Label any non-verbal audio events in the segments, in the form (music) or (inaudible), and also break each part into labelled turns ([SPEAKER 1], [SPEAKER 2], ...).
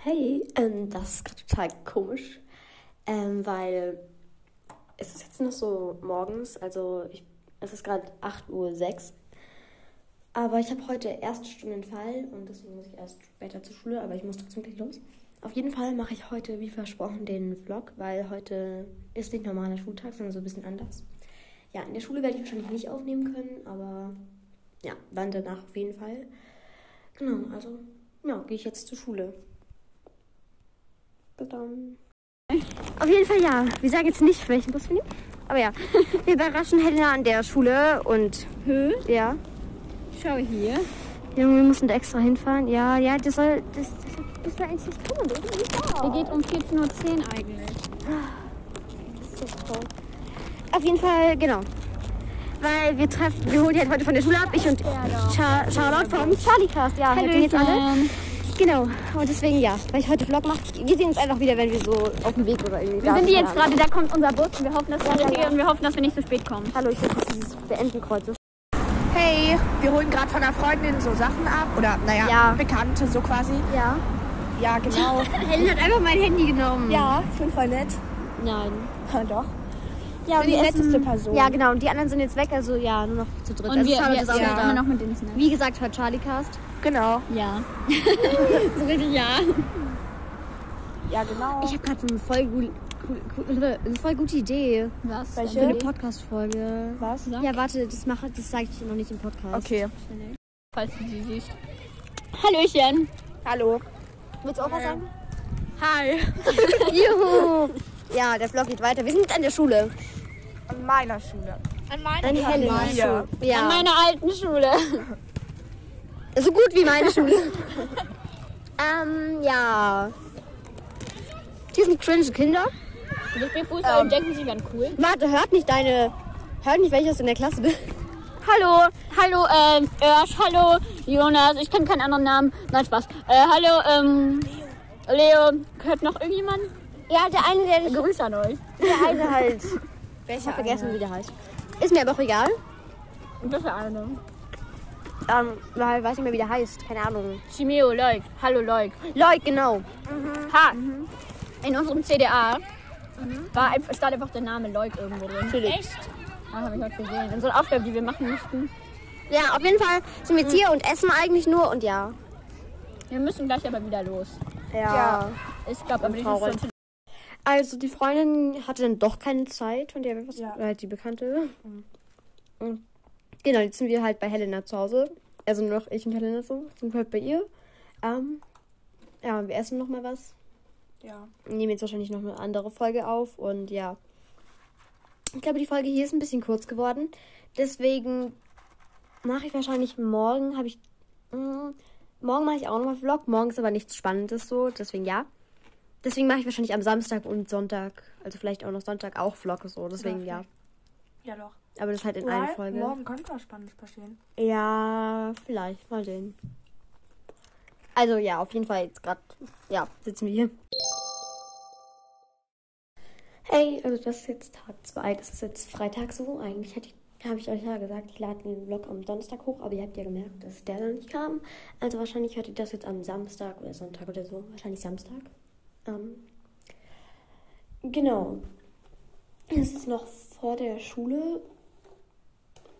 [SPEAKER 1] Hey, ähm, das ist gerade total komisch, ähm, weil es ist jetzt noch so morgens, also ich, es ist gerade 8.06 Uhr, aber ich habe heute Erststundenfall und deswegen muss ich erst später zur Schule, aber ich muss trotzdem gleich los. Auf jeden Fall mache ich heute, wie versprochen, den Vlog, weil heute ist nicht normaler Schultag, sondern so ein bisschen anders. Ja, in der Schule werde ich wahrscheinlich nicht aufnehmen können, aber ja, dann danach auf jeden Fall. Genau, also ja, gehe ich jetzt zur Schule. Bis dann.
[SPEAKER 2] Auf jeden Fall ja. Wir sagen jetzt nicht, welchen Bus wir nehmen. Aber
[SPEAKER 3] (laughs)
[SPEAKER 2] ja, wir überraschen Helena an der Schule und
[SPEAKER 3] Hö,
[SPEAKER 2] ja.
[SPEAKER 3] schau hier.
[SPEAKER 2] Junge, wir müssen da extra hinfahren. Ja, ja, das soll. Das, das, das soll eigentlich nicht kommen. Das ist
[SPEAKER 3] Der geht um 14.10 Uhr eigentlich.
[SPEAKER 2] so toll. Auf jeden Fall, genau. Weil wir treffen, wir holen die halt heute von der Schule ab. Ich und Char Charlotte vom Charlie Cast. Ja, hört ihr jetzt alle?
[SPEAKER 3] Ähm,
[SPEAKER 2] Genau. Und deswegen ja, weil ich heute Vlog mache. Wir sehen uns einfach wieder, wenn wir so auf dem Weg oder irgendwie
[SPEAKER 3] Wir
[SPEAKER 2] da
[SPEAKER 3] sind die jetzt
[SPEAKER 2] keine Ahnung.
[SPEAKER 3] gerade, da kommt unser Bus und wir hoffen, dass wir,
[SPEAKER 2] ja, ja.
[SPEAKER 3] und wir, hoffen, dass wir nicht zu spät kommen.
[SPEAKER 2] Hallo, ich bin dieses Beendenkreuzes.
[SPEAKER 4] Hey, wir holen gerade von einer Freundin so Sachen ab. Oder, naja,
[SPEAKER 2] Ja.
[SPEAKER 4] Bekannte, so quasi.
[SPEAKER 2] Ja.
[SPEAKER 4] Ja, genau.
[SPEAKER 3] Helen hat einfach mein Handy genommen.
[SPEAKER 4] ja, ich bin voll nett.
[SPEAKER 5] (laughs)
[SPEAKER 3] Nein.
[SPEAKER 4] Ja, doch.
[SPEAKER 2] Ja, und
[SPEAKER 4] bin die
[SPEAKER 2] wir
[SPEAKER 4] netteste Person.
[SPEAKER 2] Ja, genau. Und die anderen sind jetzt weg, also ja, nur noch zu dritt.
[SPEAKER 3] Und
[SPEAKER 2] also
[SPEAKER 3] wir,
[SPEAKER 2] Charlotte
[SPEAKER 3] wir,
[SPEAKER 2] ist auch
[SPEAKER 3] wir
[SPEAKER 2] noch
[SPEAKER 3] immer
[SPEAKER 2] da.
[SPEAKER 3] noch mit denen Snacks.
[SPEAKER 2] Wie gesagt, hört Charlie Cast.
[SPEAKER 4] Genau.
[SPEAKER 3] Ja. so richtig ja.
[SPEAKER 4] Ja, genau.
[SPEAKER 2] Ich habe gerade eine voll, gut, cool, cool, eine voll gute Idee
[SPEAKER 3] Was?
[SPEAKER 2] für eine
[SPEAKER 4] Welche?
[SPEAKER 2] Podcast-Folge.
[SPEAKER 4] Was?
[SPEAKER 3] Ja.
[SPEAKER 2] Ja, warte, das, mache- das sage ich noch nicht im Podcast.
[SPEAKER 4] Okay.
[SPEAKER 3] Falls du sie siehst. Hallöchen.
[SPEAKER 4] Hallo. Äh,
[SPEAKER 2] Willst du auch was sagen?
[SPEAKER 4] Hi.
[SPEAKER 2] (laughs) Juhu! Ja, der Vlog geht weiter. Wir sind an der Schule.
[SPEAKER 4] An meiner Schule.
[SPEAKER 2] An Helenas
[SPEAKER 4] Schule.
[SPEAKER 2] Schule. Ja,
[SPEAKER 3] Meiner alten Schule.
[SPEAKER 2] so gut wie meine (laughs) Schule. ähm, ja. Hier sind cringe Kinder.
[SPEAKER 3] Du bist mir Fußball und denken, sie wären cool.
[SPEAKER 2] Warte, hört nicht deine... Hört nicht, welches in der Klasse bin.
[SPEAKER 3] Hallo, hallo, ähm, Örsch, hallo, Jonas, ich kenne keinen anderen Namen. Nein, Spaß. Äh, hallo, ähm, Leo, gehört noch irgendjemand?
[SPEAKER 2] Ja, der eine, der
[SPEAKER 3] Grüße an euch.
[SPEAKER 2] Der eine
[SPEAKER 3] (laughs)
[SPEAKER 2] halt. Welcher? Vergessen, wie der heißt. Ist mir aber auch egal.
[SPEAKER 3] Das ist eine.
[SPEAKER 2] Ähm, weil weiß nicht mehr, wie der heißt. Keine Ahnung.
[SPEAKER 3] Chimeo, Leuk, hallo, Leuk. Mhm.
[SPEAKER 2] Leute, genau.
[SPEAKER 3] Ha! In unserem CDA war einfach, stand einfach der Name Leuk irgendwo drin.
[SPEAKER 2] Mhm. Natürlich.
[SPEAKER 3] Ah, habe ich heute gesehen. In so einer Aufgabe, die wir machen mussten.
[SPEAKER 2] Ja, auf jeden Fall sind wir jetzt hier und essen eigentlich nur und ja.
[SPEAKER 3] Wir müssen gleich aber wieder los.
[SPEAKER 2] Ja.
[SPEAKER 3] Ich glaube, aber die
[SPEAKER 2] Traurig.
[SPEAKER 3] sind
[SPEAKER 2] Also die Freundin hatte dann doch keine Zeit, von der wir was, oder halt die Bekannte. Mhm. Genau, jetzt sind wir halt bei Helena zu Hause. Also nur noch ich und Helena so, sind halt bei ihr. Ähm, ja, wir essen noch mal was.
[SPEAKER 4] Ja.
[SPEAKER 2] nehmen jetzt wahrscheinlich noch eine andere Folge auf und ja. Ich glaube, die Folge hier ist ein bisschen kurz geworden. Deswegen mache ich wahrscheinlich morgen, habe ich. mm, morgen mache ich auch nochmal Vlog. Morgen ist aber nichts Spannendes so, deswegen ja. Deswegen mache ich wahrscheinlich am Samstag und Sonntag, also vielleicht auch noch Sonntag auch Vlog so, deswegen ja.
[SPEAKER 4] Ja, doch.
[SPEAKER 2] Aber das halt in einer
[SPEAKER 4] Weil
[SPEAKER 2] Folge.
[SPEAKER 4] morgen könnte was Spannendes passieren.
[SPEAKER 2] Ja, vielleicht, mal sehen. Also ja, auf jeden Fall jetzt gerade, ja, sitzen wir hier.
[SPEAKER 1] Hey, also das ist jetzt Tag 2, das ist jetzt Freitag so. Eigentlich hätte ich, habe ich euch ja gesagt, ich lade den Vlog am Donnerstag hoch, aber ihr habt ja gemerkt, dass der noch nicht kam. Also wahrscheinlich hört ihr das jetzt am Samstag oder Sonntag oder so. Wahrscheinlich Samstag. Ähm, genau. Es ist noch vor der Schule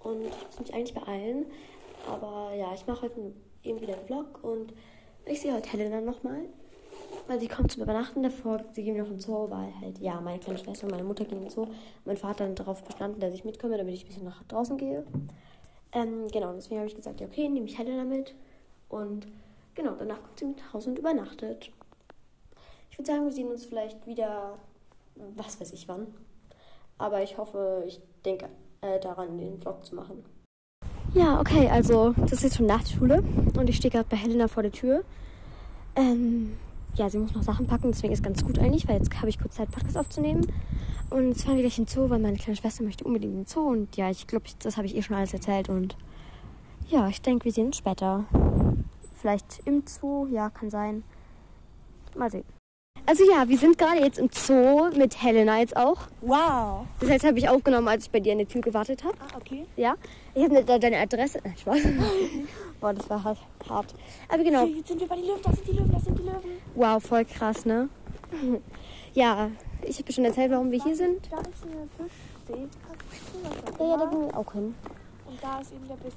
[SPEAKER 1] und ich muss mich eigentlich beeilen. Aber ja, ich mache heute eben wieder einen Vlog und ich sehe heute Helena nochmal. Weil sie kommt zum Übernachten davor, sie gehen noch in den Zoo, weil halt, ja, meine kleine Schwester und meine Mutter gehen in den Zoo. Mein Vater hat dann darauf bestanden, dass ich mitkomme, damit ich ein bisschen nach draußen gehe. Ähm, genau, deswegen habe ich gesagt, ja, okay, nehme ich Helena mit. Und genau, danach kommt sie mit nach Hause und übernachtet. Ich würde sagen, wir sehen uns vielleicht wieder, was weiß ich wann. Aber ich hoffe, ich denke äh, daran, den Vlog zu machen.
[SPEAKER 2] Ja, okay, also das ist jetzt schon nach der Schule und ich stehe gerade bei Helena vor der Tür. Ähm, ja, sie muss noch Sachen packen, deswegen ist ganz gut eigentlich, weil jetzt habe ich kurz Zeit, Podcast aufzunehmen. Und jetzt fahren wir gleich in den Zoo, weil meine kleine Schwester möchte unbedingt in den Zoo. Und ja, ich glaube, ich, das habe ich ihr schon alles erzählt. Und ja, ich denke, wir sehen uns später. Vielleicht im Zoo, ja, kann sein. Mal sehen. Also ja, wir sind gerade jetzt im Zoo mit Helena jetzt auch.
[SPEAKER 5] Wow.
[SPEAKER 2] Das heißt, habe ich aufgenommen, als ich bei dir an der Tür gewartet habe.
[SPEAKER 5] Ah, okay.
[SPEAKER 2] Ja. Ich habe da deine Adresse. Nein, Spaß. (laughs) Boah, das war hart, hart. Aber genau.
[SPEAKER 5] Jetzt sind wir bei den Löwen. Das sind die Löwen. Das sind die Löwen.
[SPEAKER 2] Wow, voll krass, ne? (laughs) Ja, ich habe schon erzählt, warum wir hier sind.
[SPEAKER 5] Da ist eine Fischseekatze.
[SPEAKER 4] Äh.
[SPEAKER 2] Ja, ja, da gehen wir auch hin.
[SPEAKER 5] Und da ist eben der Biss.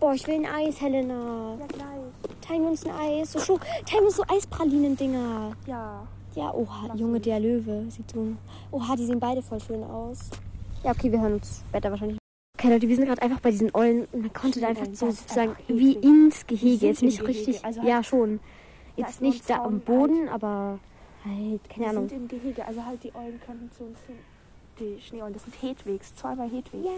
[SPEAKER 2] Boah, ich will ein Eis, Helena.
[SPEAKER 5] Ja, gleich.
[SPEAKER 2] Teilen wir uns ein Eis. So Schoko. Teilen wir uns so Eispralinen-Dinger.
[SPEAKER 5] Ja.
[SPEAKER 2] Ja, oha, Junge, der Löwe. Sieht so. Oha, die sehen beide voll schön aus. Ja, okay, wir hören uns später wahrscheinlich. Okay, Leute, wir sind gerade einfach bei diesen Eulen und man konnte da einfach so sozusagen wie ins Gehege. Jetzt nicht richtig. ja, schon. Jetzt
[SPEAKER 5] Also halt ist nur ein
[SPEAKER 2] nicht da am
[SPEAKER 5] Zaun
[SPEAKER 2] Boden, aber halt, keine
[SPEAKER 5] Wir
[SPEAKER 2] Ahnung.
[SPEAKER 5] sind im Gehege. Also halt die Eulen könnten zu uns hin. Die Schneeeulen. Das sind Hedwigs. Zweimal Hedwig.
[SPEAKER 2] Ja.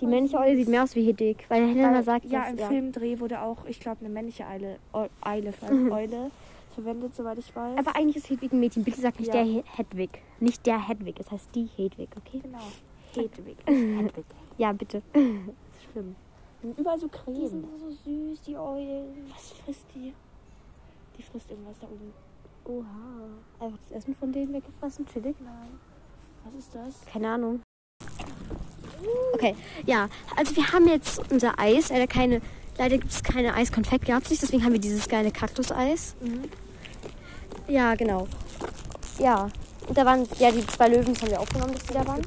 [SPEAKER 2] Die männliche Eule sieht mehr aus wie Hedwig, weil Helena
[SPEAKER 5] Weil-
[SPEAKER 2] sagt
[SPEAKER 5] ja,
[SPEAKER 2] das,
[SPEAKER 5] im Filmdreh wurde auch, ich glaube, eine männliche Eile, Eu- Eile, ver- Eule verwendet, soweit ich weiß.
[SPEAKER 2] Mhm. Aber eigentlich ist Hedwig ein Mädchen. Bitte sag nicht der
[SPEAKER 5] Ja.
[SPEAKER 2] He- Hedwig. Nicht der Hedwig. Es heißt die Hedwig, okay?
[SPEAKER 5] genau. Hedwig. Hedwig.
[SPEAKER 2] Ja, bitte.
[SPEAKER 5] Schlimm. Und überall so Krähen.
[SPEAKER 2] so süß, die Eulen.
[SPEAKER 5] Was frisst die? Die frisst irgendwas da oben.
[SPEAKER 2] Oha. Einfach das Essen von denen weggefressen, chillig.
[SPEAKER 5] Nein. Was ist das?
[SPEAKER 2] Keine Ahnung. Okay, ja. Also wir haben jetzt unser Eis. Leider, keine, leider gibt es keine Eiskonfekt, gab es nicht. Deswegen haben wir dieses geile Kaktuseis.
[SPEAKER 5] Mhm.
[SPEAKER 2] Ja, genau. Ja. Und da waren, ja, die zwei Löwen haben wir aufgenommen, dass die da waren.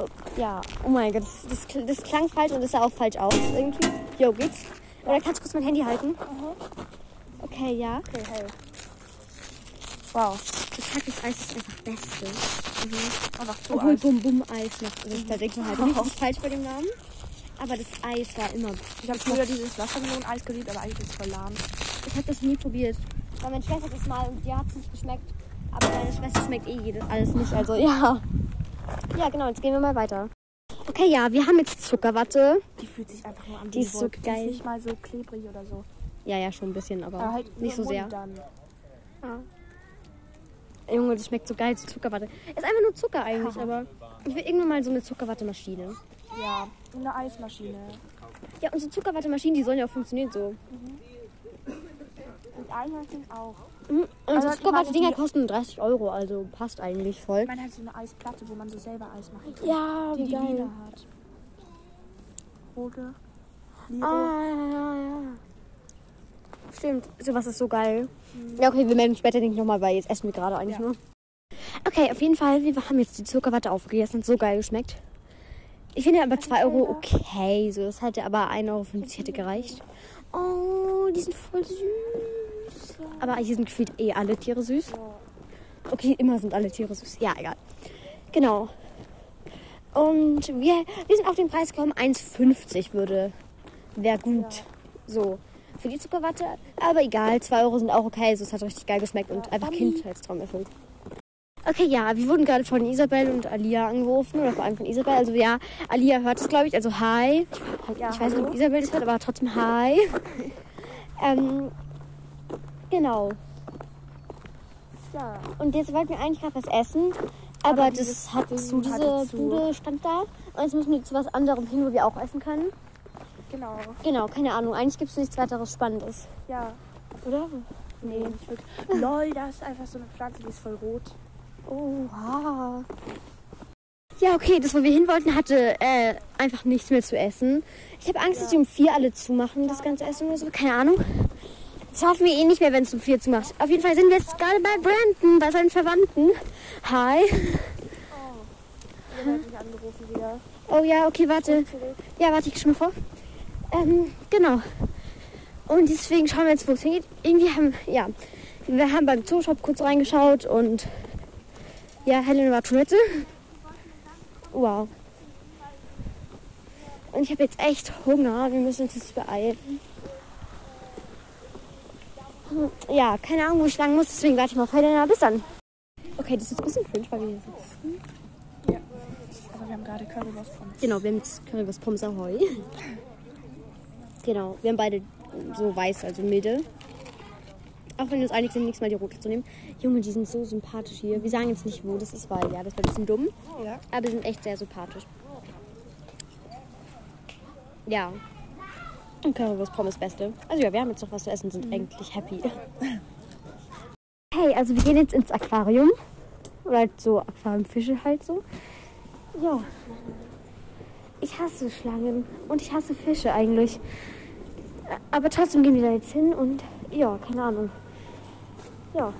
[SPEAKER 2] Oh, ja, oh mein Gott, das, das, kl- das klang falsch und das sah auch falsch aus irgendwie. Jo, geht's? Oder kannst du kurz mein Handy halten? Okay, ja. Mhm. Okay, hey. Wow, das Kaktuseis ist einfach Beste.
[SPEAKER 5] Einfach zu
[SPEAKER 2] Obwohl Bum Bum Eis noch ist. Da denkt man halt (laughs) nicht, das ist falsch bei dem Namen. Aber das Eis war immer.
[SPEAKER 5] Ich habe früher dieses Wassermeloneis geliebt, aber eigentlich ist es voll lahm.
[SPEAKER 2] Ich habe das nie probiert. Weil meine Schwester hat das mal und die hat es nicht geschmeckt. Aber meine Schwester schmeckt eh jedes, alles nicht. Also ja. Ja, genau, jetzt gehen wir mal weiter. Okay, ja, wir haben jetzt Zuckerwatte.
[SPEAKER 5] Die fühlt sich einfach nur an
[SPEAKER 2] Die
[SPEAKER 5] wie
[SPEAKER 2] ist so
[SPEAKER 5] Wurst. Die
[SPEAKER 2] geil.
[SPEAKER 5] ist nicht mal so klebrig oder so.
[SPEAKER 2] Ja, ja, schon ein bisschen, aber,
[SPEAKER 5] Aber halt nur
[SPEAKER 2] nicht so
[SPEAKER 5] im
[SPEAKER 2] sehr.
[SPEAKER 5] Mund Dann.
[SPEAKER 2] Junge, das schmeckt so geil, so Zuckerwatte. Ist einfach nur Zucker eigentlich, aber ich will irgendwann mal so eine Zuckerwattemaschine.
[SPEAKER 5] Ja, und eine Eismaschine.
[SPEAKER 2] Ja, und so Zuckerwattemaschinen, die sollen ja auch funktionieren so.
[SPEAKER 5] Und Eimerchen auch.
[SPEAKER 2] Mhm. Und
[SPEAKER 5] Also,
[SPEAKER 2] so
[SPEAKER 5] ich
[SPEAKER 2] Zuckerwatte-Dinger
[SPEAKER 5] meine, die-
[SPEAKER 2] kosten 30 Euro, also passt eigentlich voll.
[SPEAKER 5] Ich meine halt so eine Eisplatte, wo man so selber Eis machen kann.
[SPEAKER 2] Ja,
[SPEAKER 5] die Lila hat. Rote. Lila.
[SPEAKER 2] Ah, ja, ja, ja. Stimmt, sowas ist so geil. Mhm. Ja, okay, wir melden später nicht nochmal, weil jetzt essen wir gerade eigentlich nur. Okay, auf jeden Fall, wir haben jetzt die Zuckerwatte aufgegessen, hat so geil geschmeckt. Ich finde aber 2 Euro okay, so das hätte aber 1,50 Euro hätte gereicht. Oh, die sind voll süß. Aber hier sind gefühlt eh alle Tiere süß. Okay, immer sind alle Tiere süß. Ja, egal. Genau. Und wir, wir sind auf den Preis gekommen, 1,50 würde wäre gut. So. Für die Zuckerwatte, aber egal, 2 Euro sind auch okay, so es hat richtig geil geschmeckt und einfach Kindheitstraum erfüllt. Okay, ja, wir wurden gerade von Isabel und Alia angerufen, oder vor allem von Isabel. Also ja, Alia hört es, glaube ich, also hi. Ich, ich weiß nicht, ob Isabel das hört, aber trotzdem hi. ähm, genau.
[SPEAKER 5] Ja.
[SPEAKER 2] Und jetzt wollten wir eigentlich gerade was essen, aber, das
[SPEAKER 5] dieses
[SPEAKER 2] hat
[SPEAKER 5] Ding
[SPEAKER 2] zu, diese
[SPEAKER 5] hatte zu.
[SPEAKER 2] Bude stand da. Und jetzt müssen wir zu was anderem hin, wo wir auch essen können.
[SPEAKER 5] Genau.
[SPEAKER 2] Genau, keine Ahnung, eigentlich gibt es nichts weiteres Spannendes.
[SPEAKER 5] Ja.
[SPEAKER 2] Oder?
[SPEAKER 5] Nee, nicht wirklich. (laughs) Lol, da ist einfach so eine Pflanze, die ist voll rot.
[SPEAKER 2] Oha. Ja, okay, das, wo wir hin wollten, hatte äh, einfach nichts mehr zu essen. Ich habe Angst, dass die um vier alle zumachen, das ganze Essen oder so. Keine Ahnung. Das hoffen wir eh nicht mehr, wenn es um vier zumacht. Auf jeden Fall sind wir jetzt gerade bei Brandon, bei seinen Verwandten. Hi.
[SPEAKER 5] Der hat mich angerufen wieder.
[SPEAKER 2] Oh ja, okay, warte. Ja, warte, ich schon mal vor. Ähm, genau. Und deswegen schauen wir jetzt, wo es hingeht. Irgendwie haben, ja, wir haben beim Zooshop kurz reingeschaut und ja, Helen war Toilette. Wow. Und ich habe jetzt echt Hunger. Wir müssen uns jetzt beeilen. Hm, Ja, keine Ahnung, wo ich lang muss, deswegen warte ich mal auf Helena. Bis dann. Okay, das ist ein bisschen cringe, weil wir hier sitzen.
[SPEAKER 5] Aber wir haben gerade Currywurst von.
[SPEAKER 2] Genau, wir haben jetzt Currywurst Pommes Ahoy. Genau, wir haben beide so weiß, also milde. Auch wenn wir uns einig sind, nächstes Mal die rote zu nehmen. Junge, die sind so sympathisch hier. Wir sagen jetzt nicht, wo das ist, weil ja, das wäre ein bisschen dumm.
[SPEAKER 5] Ja.
[SPEAKER 2] Aber die sind echt sehr sympathisch. Ja. Und Currywurst Pommes Beste. Also ja, wir haben jetzt noch was zu essen, sind eigentlich happy. Mhm. (laughs) Hey, Okay, also wir gehen jetzt ins Aquarium. Oder halt so Aquariumfische halt so. Ja. Ich hasse Schlangen und ich hasse Fische eigentlich. Ä- Aber trotzdem gehen wir da jetzt hin und ja, keine Ahnung. Ja.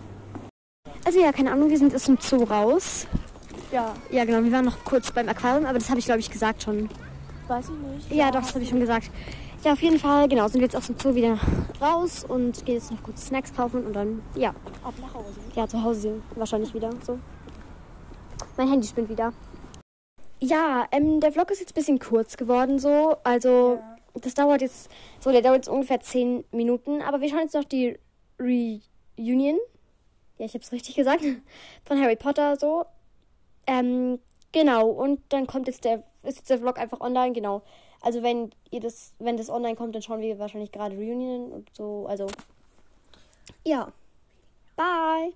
[SPEAKER 2] Also ja, keine Ahnung, wir sind aus dem Zoo raus.
[SPEAKER 5] Ja,
[SPEAKER 2] Ja, genau, wir waren noch kurz beim Aquarium, aber das habe ich, glaube ich, gesagt schon.
[SPEAKER 5] weiß ich nicht.
[SPEAKER 2] Ja, doch, das habe ich schon gesagt. Ja, auf jeden Fall, genau, sind wir jetzt aus dem Zoo wieder raus und gehen jetzt noch kurz Snacks kaufen und dann, ja. Ab nach Hause. Ja, zu Hause wahrscheinlich wieder, so. Mein Handy spinnt wieder. Ja, ähm, der Vlog ist jetzt ein bisschen kurz geworden, so. Also, das dauert jetzt, so, der dauert jetzt ungefähr 10 Minuten, aber wir schauen jetzt noch die Reunion. Ja, ich habe es richtig gesagt. (laughs) Von Harry Potter, so. Ähm, genau, und dann kommt jetzt der, ist jetzt der Vlog einfach online, genau. Also wenn ihr das, wenn das online kommt, dann schauen wir wahrscheinlich gerade Reunion und so, also. Ja. Bye.